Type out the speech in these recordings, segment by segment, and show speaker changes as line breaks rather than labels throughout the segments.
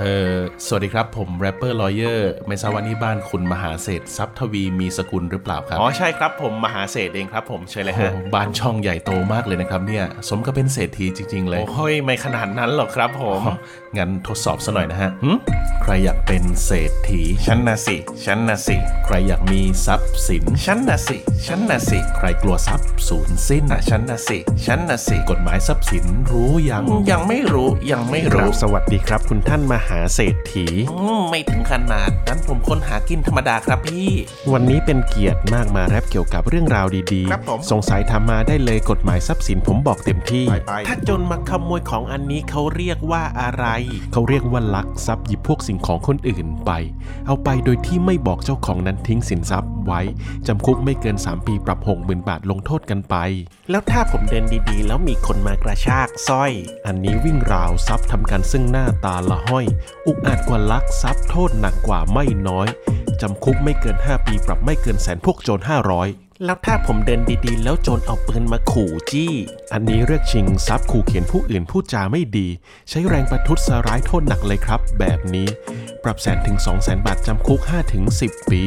เออสวัสดีครับผมแรปเปอร์ลอเยอร์ไม่ทราบว่านี่บ้านคุณมหาเศรษทรัพย์ทวีมีสกุลหรือเปล่าครับ อ๋อใช่ครับผมมหาเศรษเองครับผมใช่เลยฮะบ้านช่องใหญ่โตมากเลยนะครับเนี่ยสมกับเป็นเศรษฐีจริง ๆ เลย โอ้ยไม่ขนาดนั้นหรอกครับผมงั้นทดสอบซะหน่อยนะฮะหึใครอยากเป็นเศรษฐี
ฉันนะสิ ฉันนะสิ
ใครอยากมีทรัพย์สิน
ฉันนะสิ ฉันนะสิ
ใครกลัวทรัพย์สูญสิ้น
อ่ะฉันนะสิ ฉันนะสิ
กฎหมายทรัพย์สินรู้ยัง
ยังไม่รู้ ยังไม่
ครั
รู้
บ
สวัสดีครับ คุณท่านมหาเศรษฐี
อืมไม่ถึงขนาดนั้นผมคนหากินธรรมดาครับพี่
วันนี้เป็นเกียรติมากมาแรปเกี่ยวกับเรื่องราวดี
ครับผม
สงสัยทำมาได้เลยกฎหมายทรัพย์สินผมบอกเต็มที่
ถ้าจนมาขโมยของอันนี้เขาเรียกว่าอะไร
เขาเรียกว่าลักทรัพย์หยิบพวกสิ่งของคนอื่นไป เอาไปโดยที่ไม่บอกเจ้าของนั้นทิ้งสินทรัพย์ไว้ จำคุกไม่เกิน 3 ปีปรับ 60,000 บาทลงโทษกันไป
แล้วถ้าผมเดินดีๆ แล้วมีคนมากระชากสร้อย
อันนี้วิ่งราวทรัพย์ทำกันซึ่งหน้าตาละห้อย อุกอาจกว่าลักทรัพย์โทษหนักกว่าไม่น้อย จำคุกไม่เกิน 5 ปีปรับไม่เกินแสนพวกโจร500
แล้วถ้าผมเดินดีๆ แล้วโจรเอาปืนมาขู่จี้
อันนี้เรียกชิงทรัพย์ขู่เข็นผู้อื่นพูดจาไม่ดี ใช้แรงประทุษร้ายโทษหนักเลยครับ แบบนี้ ปรับแสนถึง 2 0 0แสนบาทจำคุก 5-10 ปี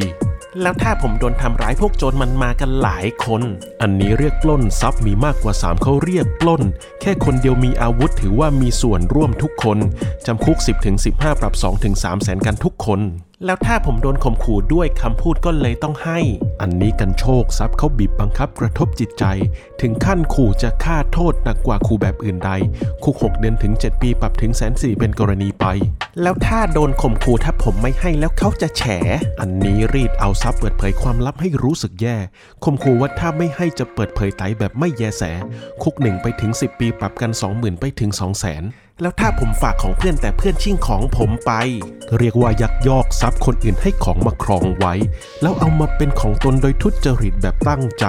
แล้วถ้าผมโดนทำร้ายพวกโจรมันมากันหลายคน
อันนี้เรียกปล้นทรัพย์มีมากกว่า 3 เขาเรียกปล้น แค่คนเดียวมีอาวุธถือว่ามีส่วนร่วมทุกคน จำคุก 10-15 ปรับ 2-3แสนกันทุกคน
แล้วถ้าผมโดนข่มขู่ด้วยคำพูดก็เลยต้องให้
อันนี้กันโชคทรัพย์เขาบีบบังคับกระทบจิตใจ ถึงขั้นขู่จะฆ่าโทษหนักกว่าขู่แบบอื่นใด คุก 6 เดือนถึง 7 ปีปรับถึงแสนสี่เป็นกรณีไป
แล้วถ้าโดนข่มขู่ถ้าผมไม่ให้แล้วเขาจะแฉ
อันนี้รีดเอาทรัพย์เปิดเผยความลับให้รู้สึกแย่ข่มขู่ว่าถ้าไม่ให้จะเปิดเผยไตแบบไม่แยแส คุกหนึ่งไปถึง 10 ปีปรับกัน 20,000 ไปถึง 200,000
แล้วถ้าผมฝากของเพื่อนแต่เพื่อนชิ่งของผมไป
เรียกว่ายักยอกทรัพย์คนอื่นให้ของมาครองไว้ แล้วเอามาเป็นของตนโดยทุจริตแบบตั้งใจ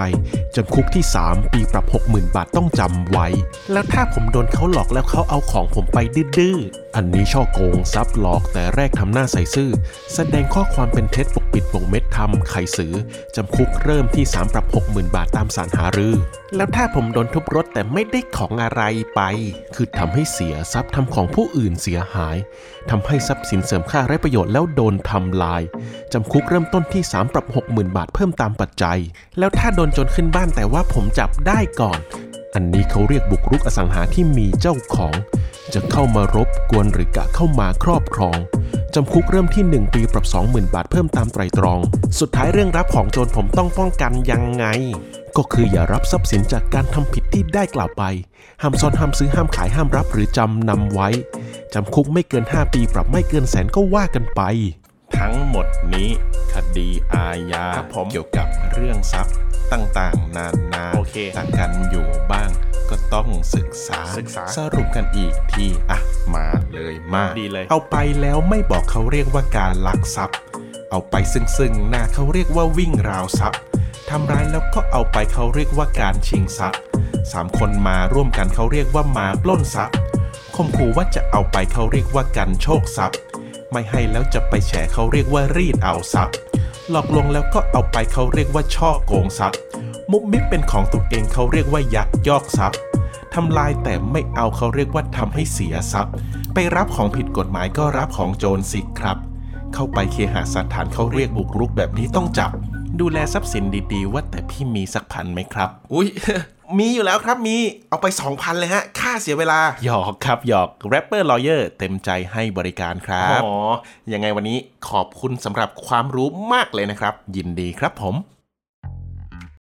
จำคุกที่ 3 ปีปรับ 60,000 บาทต้องจำไว้
แล้วถ้าผมโดนเขาหลอกแล้วเขาเอาของผมไปดื้อ
อันนี้ช่อโกงทรัพย์หลอกแต่แรกทำหน้าใส่ซื่อ แสดงข้อความเป็นเท็จปกปิดปกเม็ดทำไขสือ จำคุกเริ่มที่ 3 ปรับ 60,000 บาทตามสารหารือ
ๆแล้วถ้าผมโดนทุบรถแต่ไม่ได้ของอะไรไป
คือทำให้เสียทรัพย์ทำของผู้อื่นเสียหายทำให้ทรัพย์สินเสริมค่าไร้ประโยชน์แล้วโดนทำลายจำคุกเริ่มต้นที่ 3 ปรับ 60,000 บาทเพิ่มตามปัจจัย
แล้วถ้าโดนโจนขึ้นบ้านแต่ว่าผมจับได้ก่อน
อันนี้เขาเรียกบุกรุกอสังหาที่มีเจ้าของ จะเข้ามารบกวนหรือกะเข้ามาครอบครอง จำคุกเริ่มที่ 1 ปีปรับ 20,000 บาทเพิ่มตามไตรตรอง
สุดท้ายเรื่องรับของโจรผมต้องป้องกันยังไง
ก็คืออย่ารับทรัพย์สินจากการทำผิดที่ได้กล่าวไป ห้ามซ่อนห้ามซื้อห้ามขายห้ามรับหรือจำนำไว้ จำคุกไม่เกิน 5 ปีปรับไม่เกินแสนก็ว่ากันไป
ทั้งหมดนี้
คดีอาญา
ครับผม
เกี่ยวกับเรื่องทรัพย์ต่างๆ นานา
โอเค
ต่างกันอยู่บ้าง ก็ต้องศึกษา
ศึกษา
สรุปกันอีกทีอ่ะมาเลยมา
ดีเลย
เอาไปแล้วไม่บอกเขาเรียกว่าการลักทรัพย์ เอาไปซึ่งซึ่งหน้าเขาเรียกว่าวิ่งราวทรัพย์ทำร้ายแล้วก็เอาไปเขาเรียกว่าการชิงทรัพย์สามคนมาร่วมกันเขาเรียกว่ามาปล้นทรัพย์ข่มขู่ว่าจะเอาไปเขาเรียกว่ากันโชคทรัพย์ ไม่ให้แล้วจะไปแฉเขาเรียกว่ารีดเอาทรัพย์ หลอกลวงแล้วก็เอาไปเขาเรียกว่าช่อโกงทรัพย์ มุบมิบเป็นของตัวเองเขาเรียกว่ายักยอกทรัพย์ ทำลายแต่ไม่เอาเขาเรียกว่าทำให้เสียทรัพย์ ไปรับของผิดกฎหมายก็รับของโจรสิครับ เข้าไปเคหสถานเขาเรียกบุกรุกแบบนี้ต้องจับ ดูแลทรัพย์สินดีๆ ว่าแต่พี่มีสักพันไหมครับ
อุ้ย มีอยู่แล้วครับมีเอาไป 2,000 เลยฮะ ค่าเสียเวลา
หยอกครับหยอกแรปเปอร์ลอเยอร์เต็มใจให้บริการครับ
อ๋อ ยังไงวันนี้ขอบคุณสำหรับความรู้มากเลยนะครับ
ยินดีครับผม